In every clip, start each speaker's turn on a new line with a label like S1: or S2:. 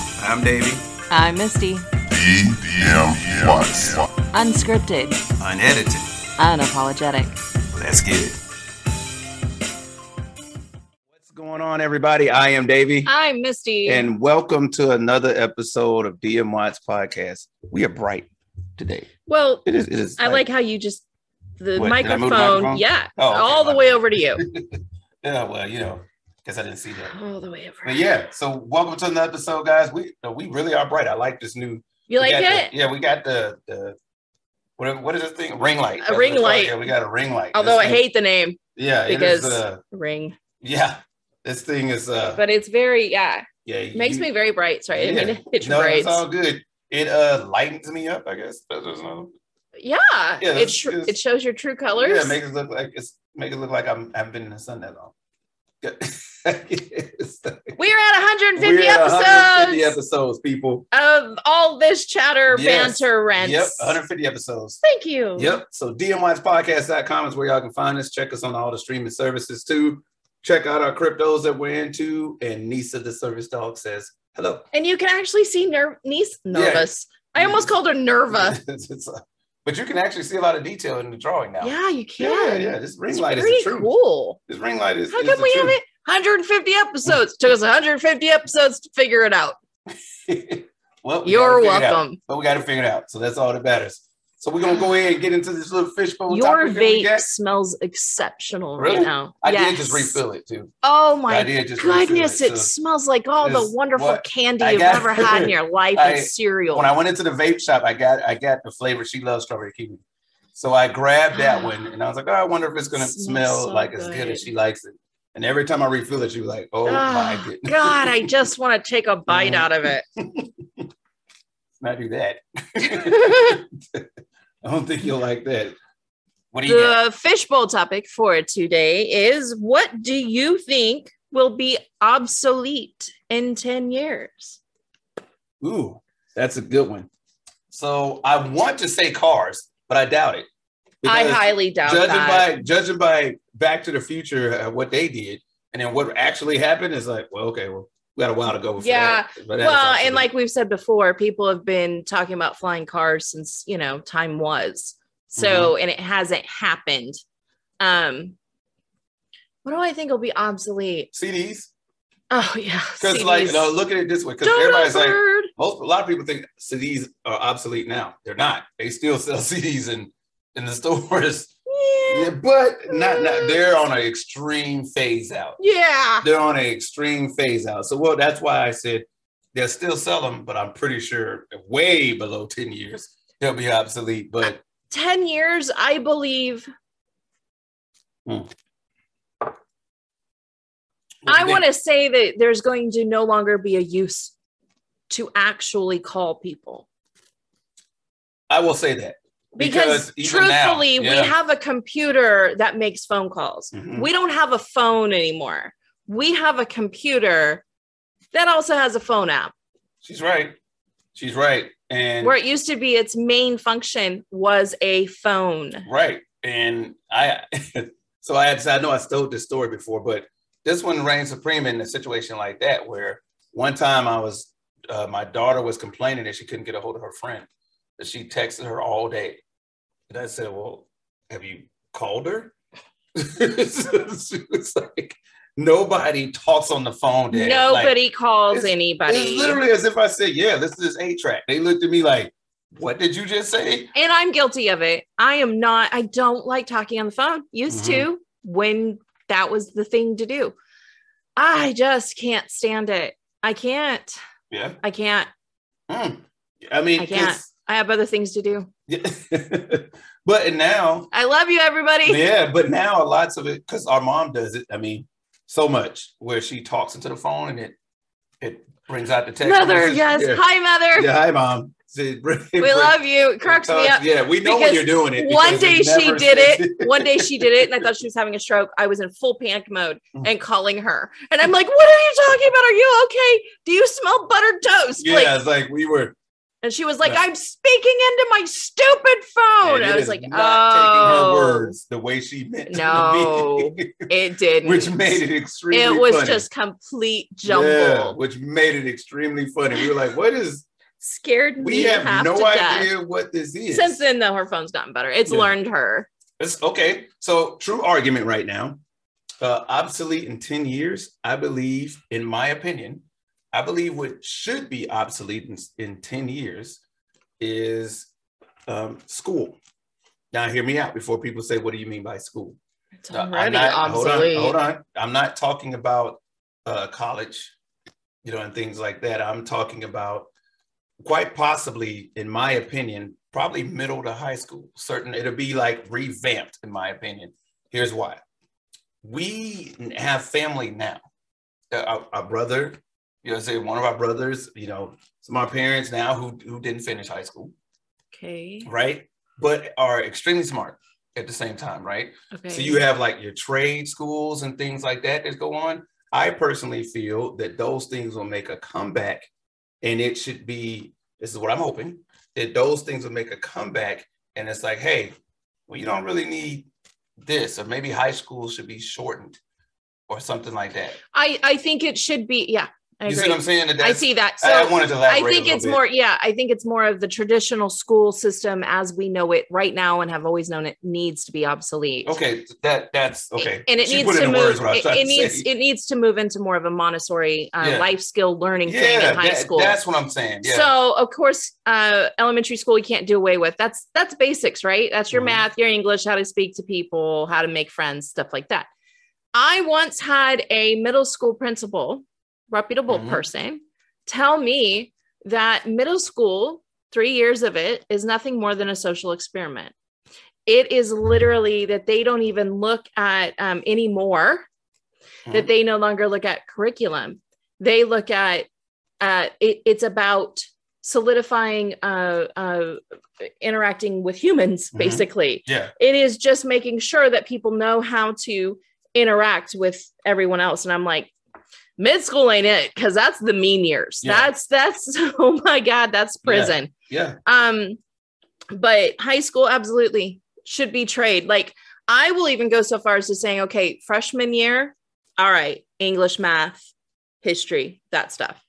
S1: I'm Davey.
S2: I'm Misty.
S3: DM Watts.
S2: Unscripted,
S1: Unedited.
S2: unapologetic.
S1: Let's get it. What's going on, everybody? I am Davey.
S4: I'm Misty.
S1: And welcome to another episode of DM Watts Podcast. We are bright today.
S4: well,
S1: It is. It is
S4: I like how you just the
S1: What, did I move the
S4: microphone,
S1: microphone?
S4: Yeah,
S1: Oh, okay,
S4: all
S1: my
S4: the way over to you.
S1: Yeah, well, you know, because I didn't see that.
S4: all the way over.
S1: But yeah, so welcome to another episode, guys. We no, we really are bright. I like this new. we
S4: You like
S1: got
S4: it?
S1: The, yeah, we got the the what, what is this thing? Ring light. That's what
S4: ring
S1: it's called.
S4: light.
S1: Yeah, we got a ring light.
S4: Although I
S1: This thing-
S4: hate the name
S1: Yeah, it is,
S4: because-
S1: uh,
S4: ring,
S1: yeah, this thing is. uh
S4: but it's very yeah,
S1: Yeah,
S4: it makes
S1: you-
S4: me very bright. Sorry, I didn't mean to hit your
S1: no,
S4: braids.
S1: it's all good. It uh lightens me up, I guess. That doesn't know.
S4: yeah, it
S1: it's-
S4: sh-
S1: it's-
S4: it shows your true colors.
S1: Yeah, it makes it look like it's make it look like I'm I haven't been in the sun that long. Fifty
S4: We're at 150 episodes
S1: 150 episodes, people.
S4: of all this chatter,
S1: Yes.
S4: banter, rants.
S1: Yep, 150 episodes.
S4: Thank you.
S1: Yep. So dmwisespodcast.com is where y'all can find us. Check us on all the streaming services too. Check out our cryptos that we're into. And Nisa the service dog says hello.
S4: And you can actually see Ner- Nice Nervous. I almost called her Nerva.
S1: It's, uh, but you can actually see a lot of detail in the drawing now.
S4: yeah, you
S1: yeah,
S4: can.
S1: yeah. This ring
S4: It's
S1: light is
S4: pretty
S1: the truth.
S4: cool.
S1: This ring light is.
S4: How
S1: is
S4: come
S1: the
S4: we
S1: truth.
S4: haven't 150 episodes? Took us 150 episodes to figure it out.
S1: well, we
S4: You're
S1: gotta figure it out.
S4: welcome.
S1: But we got to figure it out. So that's all that matters. So we're gonna go ahead and get into this little fishbowl.
S4: Your
S1: topic that we
S4: vape
S1: got.
S4: smells exceptional
S1: Really?
S4: right now.
S1: I did
S4: Yes.
S1: just refill it too.
S4: Oh
S1: I
S4: my
S1: did just
S4: goodness,
S1: Refill
S4: it
S1: it. So
S4: smells like all the
S1: this-
S4: wonderful
S1: what-
S4: candy
S1: I
S4: you've
S1: got-
S4: ever had in your life
S1: I-
S4: and cereal.
S1: when I went into the vape shop, I got I got the flavor she loves, strawberry kiwi. So I grabbed that one and I was like, oh, I wonder if it's gonna
S4: Smells
S1: smell
S4: so
S1: like as good as
S4: good.
S1: she likes it. And every time I Mm. refill it, she was like, Oh my
S4: Ah,
S1: goodness,
S4: God, I just want to take a bite out of it.
S1: not do that. I don't think you'll like that. What do you got?
S4: The fishbowl topic for today is what do you think will be obsolete in 10 years?
S1: Ooh, that's a good one. So I want to say cars, but I doubt it.
S4: I
S1: Because
S4: highly doubt
S1: judging
S4: that.
S1: by judging by Back to the Future, uh, what they did, and then what actually happened is like, well, okay, well, we got a while to go. Before
S4: Yeah,
S1: that, but that's
S4: well,
S1: absolute-
S4: and like we've said before, people have been talking about flying cars since you know time was. So,
S1: Mm-hmm.
S4: and it hasn't happened. Um, what do I think will be obsolete?
S1: CDs,
S4: Oh yeah,
S1: because like,
S4: CDs.
S1: no, look at it this way, because
S4: Dodo
S1: everybody's like,
S4: bird.
S1: most a lot of people think CDs are obsolete now. They're not. They still sell CDs in in the stores. Yeah, but not, not they're on an extreme phase out.
S4: yeah,
S1: they're on an extreme phase out. So well, that's why I said they'll still sell them, but I'm pretty sure way below 10 years they'll be obsolete. But
S4: ten years, I believe. I want to say that there's going to no longer be a use to actually call people
S1: I will say that.
S4: because,
S1: even now-
S4: truthfully,
S1: yeah.
S4: we have a computer that makes phone calls.
S1: Mhm.
S4: We don't have a phone anymore. We have a computer that also has a phone app
S1: she's right. She's right. And
S4: where it used to be its main function was a phone.
S1: right. And I so I had I know I told this story before, but this one reigned supreme in a situation like that where one time I was uh, my daughter was complaining that she couldn't get a hold of her friend. That she texted her all day. And I said, Well, have you called her? she was like, Nobody talks on the phone. Dad. Like,
S4: Nobody calls
S1: it's-
S4: anybody.
S1: it's literally as if I said, Yeah, this is eight track. They looked at me like, What did you just say?
S4: and I'm guilty of it. I am not, I don't like talking on the phone. Used
S1: Mm-hmm.
S4: to when that was the thing to do. I just can't stand it. I can't.
S1: Yeah.
S4: I can't.
S1: Mm. I mean,
S4: I can't.
S1: it's-
S4: I have other things to do.
S1: Yeah. but now,
S4: I love you, everybody.
S1: yeah, but now lots of it because our mom does it. I mean, so much where she talks into the phone and it it brings out the text.
S4: Mother,
S1: message.
S4: yes.
S1: Yeah.
S4: Hi, mother.
S1: Yeah, hi, mom. We
S4: we love you. It cracks me up.
S1: Yeah, we know when
S4: Because
S1: you're doing it.
S4: One
S1: because it
S4: day she
S1: never
S4: did
S1: says
S4: it. One day she did it, and I thought she was having a stroke. I was in full panic mode
S1: Mm.
S4: and calling her, and I'm like, "What are you talking about? Are you okay? Do you smell buttered toast?"
S1: Yeah,
S4: Like,
S1: it's like we were.
S4: And she was like,
S1: Right.
S4: I'm speaking into my stupid phone.
S1: And it
S4: Oh, I was
S1: is
S4: like,
S1: not taking her
S4: oh,
S1: words the way she meant them
S4: No,
S1: to be,
S4: it didn't.
S1: which made it extremely.
S4: it was
S1: funny.
S4: just complete
S1: Yeah,
S4: jumble.
S1: which made it extremely funny. We were like, "What is?"
S4: Scared me
S1: We have
S4: half
S1: no
S4: to death.
S1: idea what this is.
S4: Since then, though, her phone's gotten better. It's
S1: Yeah.
S4: learned her.
S1: It's- okay, so true argument right now. Uh, obsolete in ten years, I believe. In my opinion, I believe what should be obsolete in, in ten years is um, school. Now, hear me out before people say, "What do you mean by school?"
S4: It's
S1: No, I'm
S4: already
S1: not-
S4: obsolete.
S1: Uh, Hold on, hold on. I'm not talking about uh, college, you know, and things like that. I'm talking about quite possibly, in my opinion, probably middle to high school. Certain it'll be like revamped, in my opinion. Here's why: we have family now. Uh, Our, our brother, you know, say one of our brothers, you know, some of our parents now who who didn't finish high school,
S4: Okay.
S1: right? But are extremely smart at the same time, right?
S4: Okay.
S1: So you have like your trade schools and things like that that go on. I personally feel that those things will make a comeback, and it should be. This is what I'm hoping that those things will make a comeback, and it's like, hey, well, you don't really need this, or maybe high school should be shortened, or something like that.
S4: I, I think it should be. Yeah. I
S1: you
S4: agree.
S1: see what I'm saying? That
S4: I
S1: that's-
S4: see that. So
S1: I, I wanted to elaborate.
S4: I
S1: a
S4: think
S1: little
S4: it's
S1: bit.
S4: more, yeah, I think it's more of the traditional school system as we know it right now and have always known it needs to be obsolete.
S1: okay. That that's okay.
S4: And it
S1: She
S4: needs
S1: put
S4: to
S1: into
S4: move.
S1: words what I was
S4: It,
S1: trying
S4: it
S1: to
S4: needs
S1: say.
S4: it needs to move into more of a Montessori uh,
S1: Yeah.
S4: life skill learning thing in high
S1: that-
S4: school.
S1: That's what I'm saying. Yeah.
S4: So of course, uh, elementary school you can't do away with. That's that's basics, right? That's your
S1: Mhm.
S4: math, your English, how to speak to people, how to make friends, stuff like that. I once had a middle school principal, reputable
S1: Mhm.
S4: person, tell me that middle school, three years of it, is nothing more than a social experiment. It is literally that they don't even look at um, anymore that
S1: Mhm.
S4: they no longer look at curriculum they look at uh, it, it's about solidifying uh, uh, interacting with humans
S1: Mhm.
S4: basically
S1: yeah.
S4: it is just making sure that people know how to interact with everyone else and i'm like mid school ain't it because that's the mean years
S1: Yeah.
S4: that's that's oh my god that's prison
S1: Yeah.
S4: um, but high school absolutely should be trade. Like I will even go so far as to saying, okay, freshman year, all right, English, math, history, that stuff.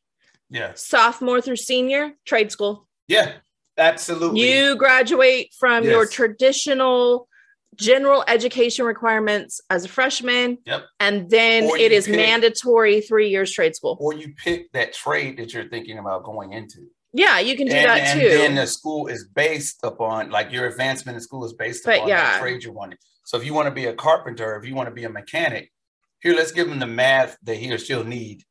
S1: Yeah.
S4: Sophomore through senior, trade school.
S1: Yeah, absolutely.
S4: You graduate from your
S1: Yes.
S4: traditional general education requirements as a freshman,
S1: Yep.
S4: and then
S1: Or
S4: it
S1: you
S4: is
S1: pick-
S4: mandatory three years trade school.
S1: or you pick that trade that you're thinking about going into.
S4: Yeah, you can do
S1: and,
S4: that
S1: and
S4: too.
S1: then the school is based upon, like your advancement in school is based
S4: But
S1: upon
S4: yeah.
S1: that trade you wanted. So if you want to be a carpenter, if you want to be a mechanic, here, let's give them the math that he or she'll need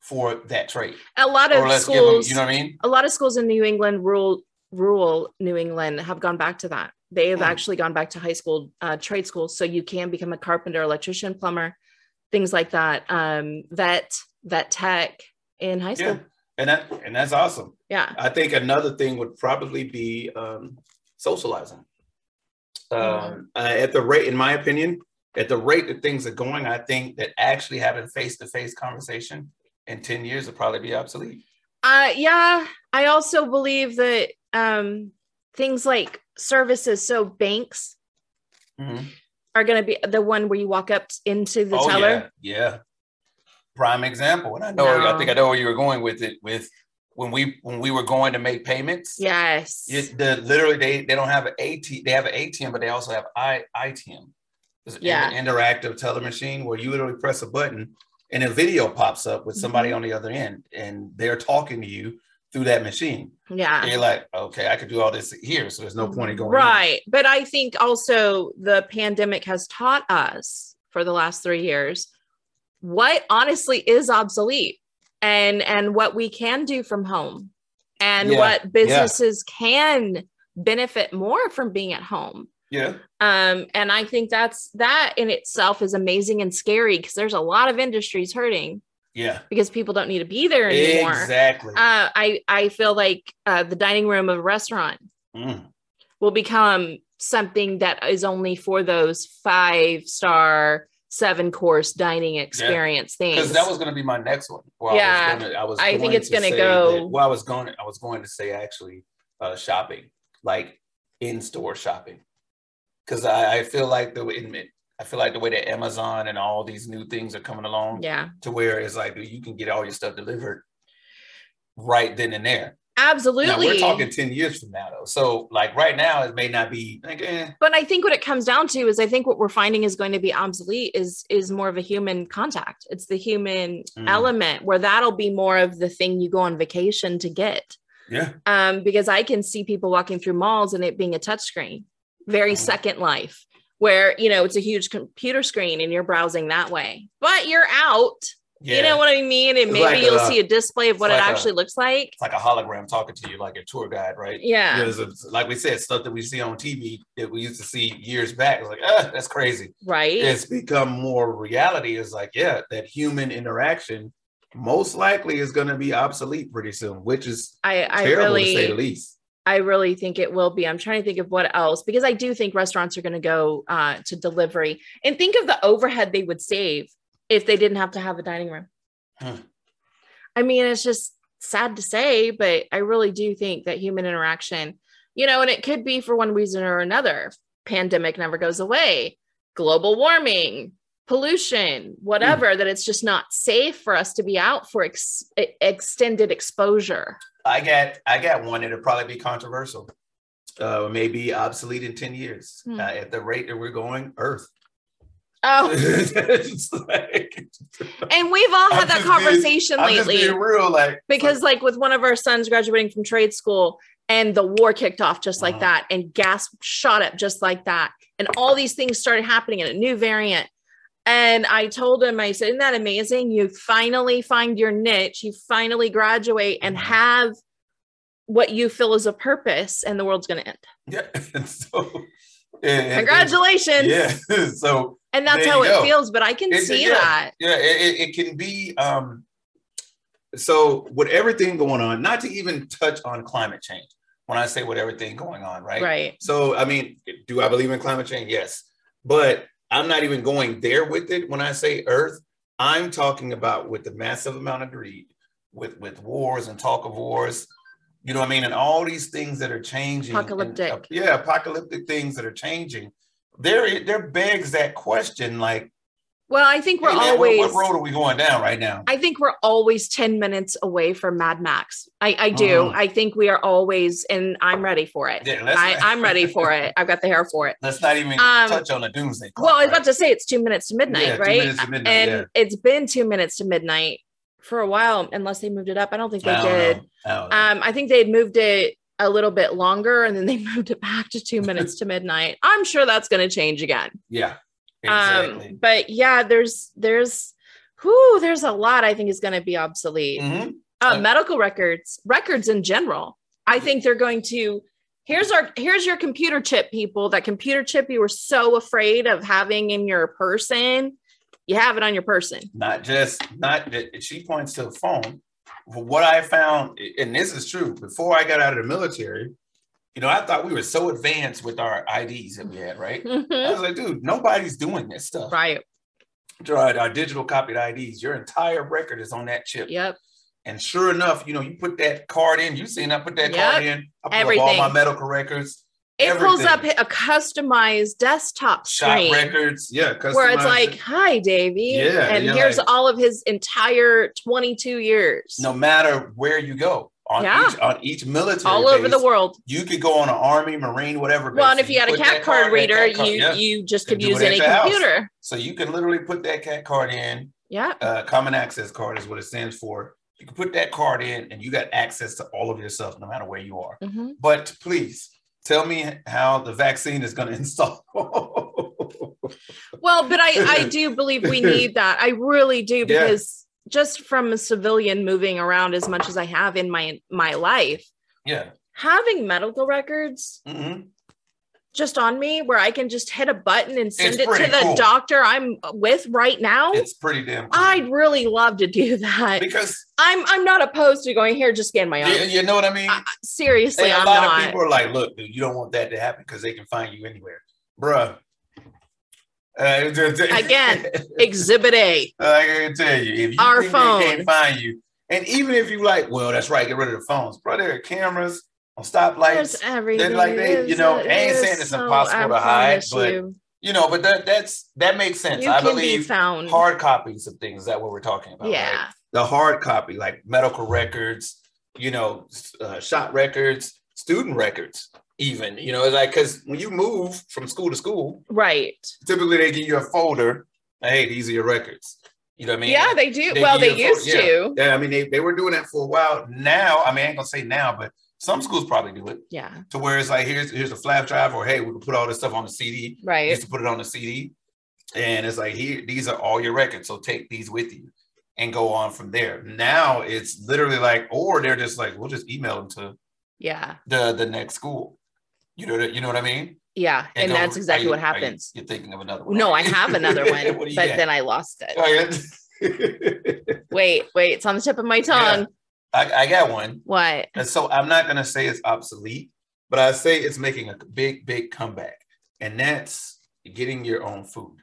S1: for that trade.
S4: a lot
S1: Or
S4: of
S1: let's give them,
S4: schools,
S1: you know what I mean?
S4: a lot of schools in New England, rural rural New England, have gone back to that. They have
S1: Hmm.
S4: actually gone back to high school uh, trade school, so you can become a carpenter, electrician, plumber, things like that. Um, vet, vet tech in high
S1: Yeah.
S4: school.
S1: And that and that's awesome.
S4: Yeah,
S1: I think another thing would probably be um, socializing. Um, uh, at the rate, in my opinion, at the rate that things are going, I think that actually having face to face conversation in 10 years will probably be obsolete.
S4: uh, yeah. I also believe that um, things like services, so banks are going to be the one where you walk up into the
S1: Oh,
S4: teller.
S1: yeah. Yeah. Prime example. And I know, I
S4: No.
S1: think I know where you were going with it with when we, when we were going to make payments.
S4: Yes.
S1: It, the literally they they don't have an AT they have an ATM but they also have I ITM. It's an
S4: Yeah.
S1: inter- interactive teller machine where you literally press a button and a video pops up with
S4: Mm-hmm.
S1: somebody on the other end and they're talking to you through that machine.
S4: yeah.
S1: And you're like, okay, I could do all this here, so there's no point in going. in.
S4: right but i think also the pandemic has taught us for the last three years what honestly is obsolete and and what we can do from home and
S1: Yeah,
S4: what businesses can benefit more from being at home
S1: Yeah.
S4: um and i think that's that in itself is amazing and scary because there's a lot of industries hurting
S1: Yeah.
S4: because people don't need to be there anymore
S1: Exactly.
S4: uh, i i feel like uh, the dining room of a restaurant
S1: Mm.
S4: will become something that is only for those five star seven course dining experience
S1: because
S4: things.
S1: that was going to be my next one. Well, I
S4: Yeah.
S1: was gonna, I, was
S4: I think
S1: going
S4: it's gonna
S1: say
S4: go-
S1: that- well, I was going. I was going to say actually uh, shopping, like in store shopping, because I, I feel like the way I feel like the way that Amazon and all these new things are coming along
S4: yeah,
S1: to where it's like you can get all your stuff delivered right then and there. Now
S4: absolutely.
S1: we're talking ten years from now, though. So like right now, it may not be like eh,
S4: but I think what it comes down to is I think what we're finding is going to be obsolete is is more of a human contact. It's the human
S1: Mm.
S4: element where that'll be more of the thing you go on vacation to get.
S1: yeah,
S4: um, because I can see people walking through malls and it being a touchscreen, very
S1: Mhm.
S4: Second Life, where you know it's a huge computer screen and you're browsing that way. But you're out,
S1: yeah.
S4: you know what I mean, and
S1: It's
S4: maybe
S1: like
S4: you'll
S1: a-
S4: see a display of what
S1: it's
S4: it
S1: like uh, a-
S4: actually looks like.
S1: it's like a hologram talking to you, like a tour guide, right?
S4: Yeah,
S1: Because it's- like we said, stuff that we see on TV that we used to see years back. It's like, ah, that's crazy.
S4: right.
S1: It's become more reality. It's like, yeah, that human interaction most likely is going to be obsolete pretty soon, which is
S4: I, I
S1: terrible to say the
S4: really,
S1: least.
S4: I really think it will be. I'm trying to think of what else because I do think restaurants are going to go uh, to delivery and think of the overhead they would save if they didn't have to have a dining room.
S1: Huh.
S4: I mean, it's just sad to say, but I really do think that human interaction, you know, and it could be for one reason or another. Pandemic never goes away, global warming, pollution, whatever, that it's just not safe for us to be out for ex- e- extended exposure.
S1: I got I got one that'll probably be controversial. Uh, maybe obsolete in 10 years
S4: Hmm.
S1: uh, at the rate that we're going, Earth.
S4: Oh,
S1: It's like-
S4: and we've all
S1: I'm
S4: had that
S1: just being-
S4: conversation
S1: I'm just
S4: lately.
S1: being real, like
S4: because like with one of our sons graduating from trade school and the war kicked off just like
S1: Mhm.
S4: that and gas shot up just like that and all these things started happening and a new variant and i told him i said isn't that amazing you finally find your niche you finally graduate and
S1: Mhm.
S4: have what you feel is a purpose and the world's going to end
S1: yeah. And so and- and-
S4: congratulations
S1: Yeah. So
S4: and that's
S1: There
S4: how
S1: you
S4: it
S1: go.
S4: feels but i can
S1: It's-
S4: see
S1: yeah.
S4: that
S1: yeah, it, it, it can be. Um, so with everything going on, not to even touch on climate change. When I say with everything going on, right?
S4: right
S1: So I mean, do I believe in climate change? Yes, but I'm not even going there with it. When I say Earth, I'm talking about with the massive amount of greed, with with wars and talk of wars. You know what I mean? And all these things that are changing. and-
S4: Apocalyptic.
S1: yeah, apocalyptic things that are changing. There, there begs that question, like.
S4: well i think we're
S1: Hey, man,
S4: always
S1: what, what road are we going down right now?
S4: I think we're always 10 minutes away from Mad Max. I, I do.
S1: Mhm.
S4: I think we are always, and I'm ready for it.
S1: Yeah, let's
S4: I,
S1: not-
S4: I'm ready for it. I've got the hair for it.
S1: Let's not even
S4: Um,
S1: touch on the doomsday. Clock,
S4: Well, I was
S1: right?
S4: about to say it's two minutes to midnight,
S1: Yeah, two
S4: right?
S1: minutes to midnight,
S4: and
S1: yeah.
S4: it's been two minutes to midnight for a while, unless they moved it up. I don't think they
S1: I don't
S4: did.
S1: know. I don't know.
S4: Um, I think they had moved it a little bit longer and then they moved it back to two minutes to midnight. I'm sure that's going to change again.
S1: yeah,
S4: Um,
S1: exactly.
S4: but yeah, there's, there's, whoo, there's a lot I think is going to be obsolete.
S1: Mhm.
S4: uh,
S1: Uh,
S4: medical records records in general i think they're going to here's our here's your computer chip people that computer chip you were so afraid of having in your person you have it on your person
S1: Not just not. that- She points to the phone. What I found, and this is true. Before I got out of the military, you know, I thought we were so advanced with our IDs that we had, right? I was like, dude, nobody's doing this stuff.
S4: Mm-hmm. right
S1: Right. Our digital copied IDs. Your entire record is on that chip.
S4: yep
S1: And sure enough, you know, you put that card in. You seen I put that
S4: Yep.
S1: card in. I pull up all
S4: Everything.
S1: my medical records,
S4: it pulls up
S1: Everything.
S4: a customized desktop
S1: shop
S4: screen
S1: records. Yeah,
S4: where it's
S1: customized.
S4: like hi davey
S1: Yeah,
S4: and
S1: you're
S4: here's
S1: like-
S4: all of his entire 22 years
S1: no matter where you go on
S4: Yeah.
S1: each on each military,
S4: all over the
S1: base,
S4: world
S1: You could go on an army, marine, whatever.
S4: well and
S1: base,
S4: if you had a
S1: put
S4: cat
S1: that
S4: card
S1: in,
S4: reader
S1: cat card-
S4: you
S1: yeah.
S4: you just
S1: Can
S4: could
S1: do
S4: use
S1: it at
S4: any
S1: your house.
S4: computer
S1: So you can literally put that cat card in.
S4: yeah
S1: Uh, common access card is what it stands for. You can put that card in, and you got access to all of your stuff, no matter where you are.
S4: Mhm.
S1: But please tell me how the vaccine is going to install.
S4: Well, but I, I do believe we need that. I really do
S1: Yeah.
S4: because just from a civilian moving around as much as I have in my my life,
S1: yeah.
S4: having medical records
S1: Mhm.
S4: just on me where I can just hit a button and send
S1: It's
S4: it to
S1: pretty
S4: the
S1: cool.
S4: doctor I'm with right now.
S1: It's pretty damn cool.
S4: I'd really love to do that.
S1: because
S4: I'm I'm not opposed to going here. Just scan my arm.
S1: you, you know what I mean.
S4: I- Seriously,
S1: And a
S4: I'm
S1: lot
S4: not.
S1: of people are like, "Look, dude, you don't want that to happen because they can find you anywhere, bruh." Uh,
S4: Again. Exhibit A.
S1: I can tell you, if you
S4: Our
S1: think they
S4: phone.
S1: can't find you, and even if you like, well, that's right, get rid of the phones, bro. There are cameras on
S4: There's
S1: stoplights,
S4: everything.
S1: like they- you
S4: There's-
S1: know, I ain't
S4: there's
S1: saying it's
S4: so-
S1: impossible
S4: I
S1: to hide,
S4: promise
S1: but
S4: you,
S1: you know. But that that's that makes sense.
S4: you
S1: I
S4: can be
S1: believe
S4: found.
S1: hard copies of things. Is that what we're talking about? right?
S4: yeah.
S1: the hard copy, like medical records, you know, s- uh, shot records, student records, even, you know, it's like, because when you move from school to school,
S4: Right.
S1: typically they give you a folder. Hey, these are your records. You know what I mean?
S4: yeah, they do.
S1: they
S4: well,
S1: give
S4: they
S1: you a fo-
S4: used
S1: yeah.
S4: to.
S1: Yeah, I mean, they, they were doing that for a while. Now, I mean, I ain't gonna say now, but some schools probably do it
S4: Yeah.
S1: to where it's like, here's here's a flash drive, or hey, we can put all this stuff on the CD. You
S4: Right.
S1: used to put it on the CD, and it's like here, these are all your records, so take these with you, and go on from there. Now it's literally like, or they're just like, we'll just email them to
S4: Yeah.
S1: the the next school. You know, you know what I mean?
S4: Yeah. And
S1: go,
S4: that's
S1: are
S4: exactly
S1: you-
S4: what
S1: are you-
S4: happens.
S1: You're thinking of another one.
S4: No, I have another one,
S1: What
S4: but
S1: do you got?
S4: then I lost it.
S1: Oh, yeah.
S4: Wait, wait, it's on the tip of my tongue.
S1: I, I got one.
S4: What?
S1: And so I'm not gonna say it's obsolete, but I say it's making a big, big comeback, and that's getting your own food.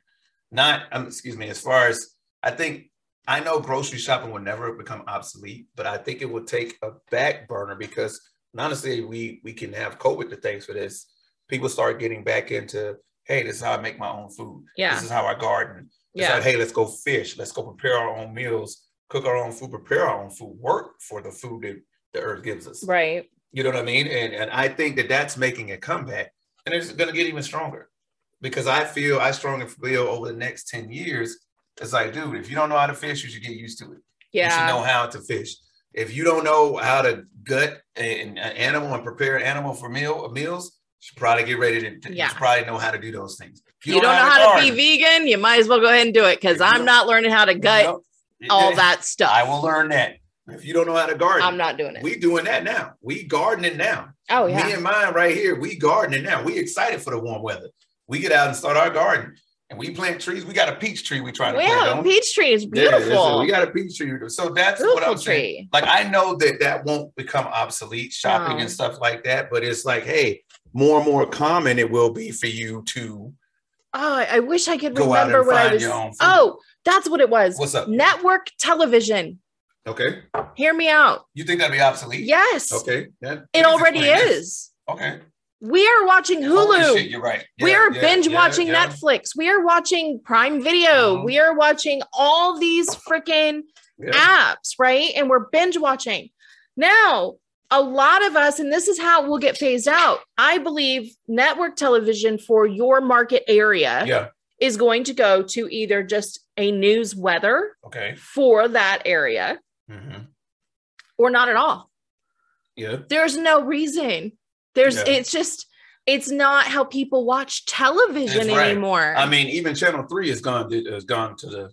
S1: Not, um, excuse me, as far as I think, I know grocery shopping will never become obsolete, but I think it will take a back burner because, and honestly, we we can have COVID to thanks for this. People start getting back into, hey, this is how I make my own food.
S4: Yeah.
S1: This is how I garden. It's
S4: Yeah.
S1: like, hey, let's go fish. Let's go prepare our own meals, cook our own food, prepare our own food, work for the food that the earth gives us.
S4: Right.
S1: You know what I mean? And and I think that that's making a comeback, and it's going to get even stronger, because I feel I strongly feel over the next ten years, it's like, dude, if you don't know how to fish, you should get used to it. You should
S4: Yeah.
S1: know how to fish. If you don't know how to gut a- an, an animal and prepare an animal for meal meals, you should probably get ready to. to- You
S4: Yeah.
S1: should probably know how to do those things. If
S4: You, don't, know
S1: have a
S4: how to
S1: garden,
S4: be vegan, you might as well go ahead and do it because
S1: If you
S4: I'm
S1: don't-
S4: not learning how to
S1: you
S4: gut
S1: know-
S4: all that stuff.
S1: I will learn that. If you don't know how to garden,
S4: I'm not doing it.
S1: we doing that now. We gardening now.
S4: oh
S1: Me
S4: yeah.
S1: and mine right here, we gardening now. We excited for the warm weather. We get out and start our garden and we plant trees. We got a peach tree we trying to
S4: We
S1: plant.
S4: have a
S1: don't we?
S4: peach tree. It's
S1: Yeah, that's it.
S4: beautiful.
S1: we got a peach tree. So that's what
S4: beautiful
S1: I'm saying.
S4: tree.
S1: Like I know that that won't become obsolete shopping
S4: No.
S1: and stuff like that, but it's like, hey, more and more common it will be for you to
S4: Oh, I- I wish I could
S1: Go out
S4: remember
S1: and
S4: what I
S1: find
S4: was.
S1: your own food.
S4: Oh, that's what it was.
S1: what's up?
S4: Network television.
S1: Okay.
S4: Hear me out.
S1: You think that'd be obsolete?
S4: Yes,
S1: Okay. That-
S4: it already
S1: explain that.
S4: is.
S1: Okay.
S4: We are watching
S1: Holy
S4: Hulu.
S1: Oh, shit, you're right.
S4: we
S1: Yeah,
S4: are
S1: yeah,
S4: binge
S1: yeah,
S4: watching
S1: yeah.
S4: Netflix. We are watching Prime Video.
S1: Mhm.
S4: We are watching all these freaking
S1: Yeah.
S4: apps, right? And we're binge watching. Now, a lot of us, and this is how we'll get phased out. I believe network television for your market area
S1: Yeah.
S4: is going to go to either just a news weather
S1: Okay.
S4: for that area
S1: hmm
S4: or not at all.
S1: Yeah.
S4: There's no reason. There's
S1: Yeah.
S4: it's just it's not how people watch television
S1: That's right.
S4: anymore.
S1: I mean, even Channel Three has gone has gone to the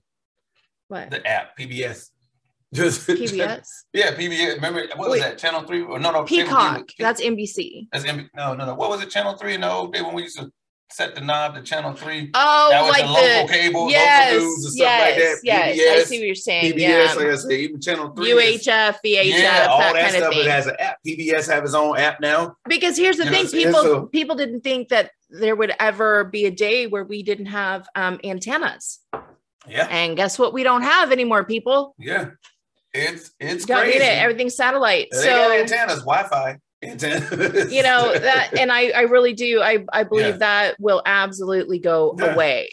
S4: what?
S1: the app PBS. Just
S4: PBS.
S1: yeah, PBS. Remember what was
S4: Wait.
S1: that? Channel Three? Or no, no. Channel three was-
S4: Peacock. That's NBC.
S1: that's M- no, no, no. What was it? Channel Three in the old day when we used to set the knob to Channel Three.
S4: Oh,
S1: that was
S4: like
S1: the local
S4: the
S1: cable,
S4: yes,
S1: local news and stuff
S4: yes,
S1: like that.
S4: yes. I
S1: PBS,
S4: see what you're saying.
S1: PBS, like
S4: yeah.
S1: I said, even Channel Three. is-
S4: UHF, VHF,
S1: yeah, all
S4: that,
S1: that,
S4: kind of
S1: stuff.
S4: thing.
S1: It has an app. PBS have his own app now.
S4: because here's the
S1: You know,
S4: thing:
S1: it's- it's
S4: people
S1: a-
S4: people didn't think that there would ever be a day where we didn't have um, antennas.
S1: Yeah,
S4: And guess what? We don't have anymore, people.
S1: yeah. It's it's
S4: Got
S1: crazy.
S4: it. Everything's satellite.
S1: They got
S4: so
S1: antennas, Wi-Fi antennas.
S4: you know that, and I, I really do. I, I believe
S1: Yeah.
S4: that will absolutely go
S1: Yeah.
S4: away.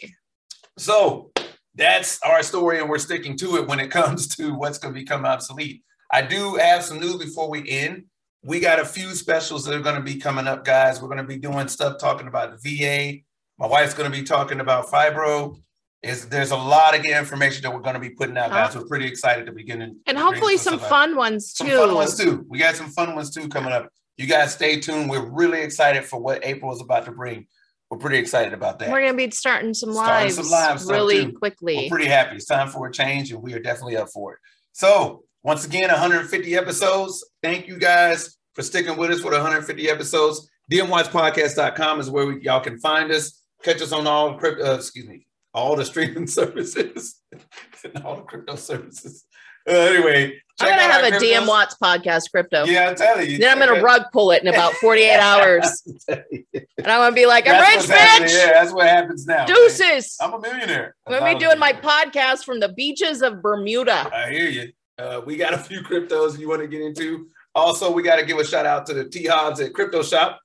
S1: So that's our story, and we're sticking to it when it comes to what's going to become obsolete. I do have some news before we end. We got a few specials that are going to be coming up, guys. We're going to be doing stuff talking about the VA. My wife's going to be talking about fibro. Is there's a lot of good information that we're going to be putting out, guys. We're pretty excited to begin and
S4: Oh. And hopefully, some fun ones too.
S1: some fun ones too. We got some fun ones too coming up. You guys stay tuned. We're really excited for what April is about to bring. We're pretty excited about that.
S4: We're gonna be starting some
S1: Starting
S4: lives,
S1: some live stuff,
S4: really
S1: too.
S4: quickly.
S1: We're pretty happy. It's time for a change, and we are definitely up for it. So, once again, 150 episodes. Thank you guys for sticking with us for the 150 episodes. DMWatchPodcast.com is where we, y'all can find us. Catch us on all crypto, uh, excuse me, all the streaming services and all the crypto services. Uh, anyway,
S4: I'm
S1: check
S4: gonna
S1: out
S4: have
S1: our
S4: a DM
S1: cryptos.
S4: Watts podcast crypto.
S1: Yeah, I'm telling you.
S4: Then I'm gonna rug pull it in about 48 hours,
S1: I'm
S4: and I'm gonna be like, "I'm
S1: That's
S4: rich,
S1: what's happening.
S4: bitch.
S1: Yeah, that's what happens now. man.
S4: Deuces."
S1: I'm a millionaire.
S4: I'm gonna
S1: I'm
S4: be
S1: not a
S4: doing my
S1: millionaire.
S4: podcast from the beaches of Bermuda.
S1: I hear you. Uh, we got a few cryptos you want to get into. Also, we got to give a shout out to the T Hobbs at Crypto Shop.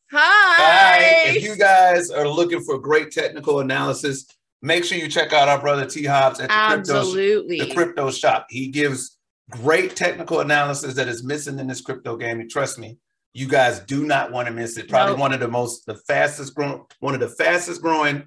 S1: If you
S4: Hi.
S1: guys are looking for great technical analysis, make sure you check out our brother T Hobbs at the Crypto, the
S4: Absolutely.
S1: crypto Shop. He gives great technical analysis that is missing in this crypto game. And trust me, you guys do not want to miss it. Probably
S4: No.
S1: one of the most, the fastest growing, one of the fastest growing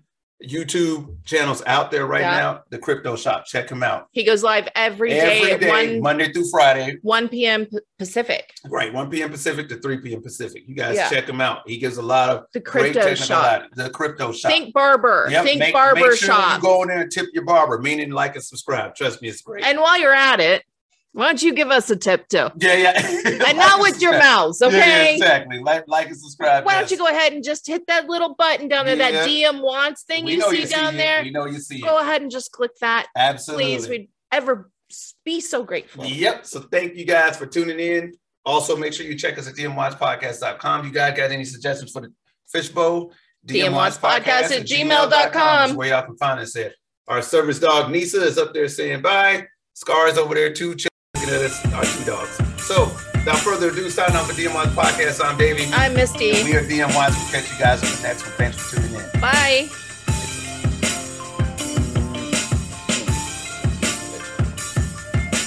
S1: YouTube channels out there right
S4: Yeah.
S1: now. The Crypto Shop. Check him out
S4: He goes live every day
S1: every
S4: at
S1: day,
S4: 1
S1: Monday through Friday.
S4: 1 p.m. P- Pacific.
S1: Right, 1 p.m. Pacific to 3 p.m. Pacific. You guys
S4: Yeah.
S1: check him out. He gives a lot of
S4: The
S1: great
S4: crypto
S1: technical
S4: shop.
S1: ad- The crypto shop.
S4: Think barber.
S1: Yep,
S4: Think
S1: make-
S4: barber
S1: make sure
S4: shop.
S1: You go in there and tip your barber, meaning like and subscribe. Trust me, it's great.
S4: And while you're at it, why don't you give us a tip too?
S1: yeah, yeah. Like
S4: And not with your
S1: subscribe.
S4: mouths,
S1: Yeah, yeah,
S4: okay?
S1: exactly. Like, like and subscribe.
S4: Why
S1: yes.
S4: don't you go ahead and just hit that little button down there, that DM wants thing
S1: We
S4: you
S1: know
S4: see down
S1: it.
S4: there?
S1: We know you see
S4: Go
S1: it.
S4: ahead and just click that.
S1: Absolutely.
S4: Please, we'd ever be so grateful.
S1: Yep. So thank you guys for tuning in. Also, make sure you check us at dmwatchpodcast.com. You guys got any suggestions for the fishbowl?
S4: DMWatchPodcast at
S1: gmail.com
S4: gmail.com.
S1: is where y'all can find us at. Our service dog Nisa is up there saying bye. Scar's over there too, ch- looking at us, our two dogs. So without further ado, signing off for DM Watch Podcast. I'm Davey.
S4: I'm Misty.
S1: we are DM Watch. We'll catch you guys on the next one. Thanks for tuning in.
S4: Bye.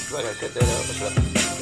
S1: Go ahead, cut that out.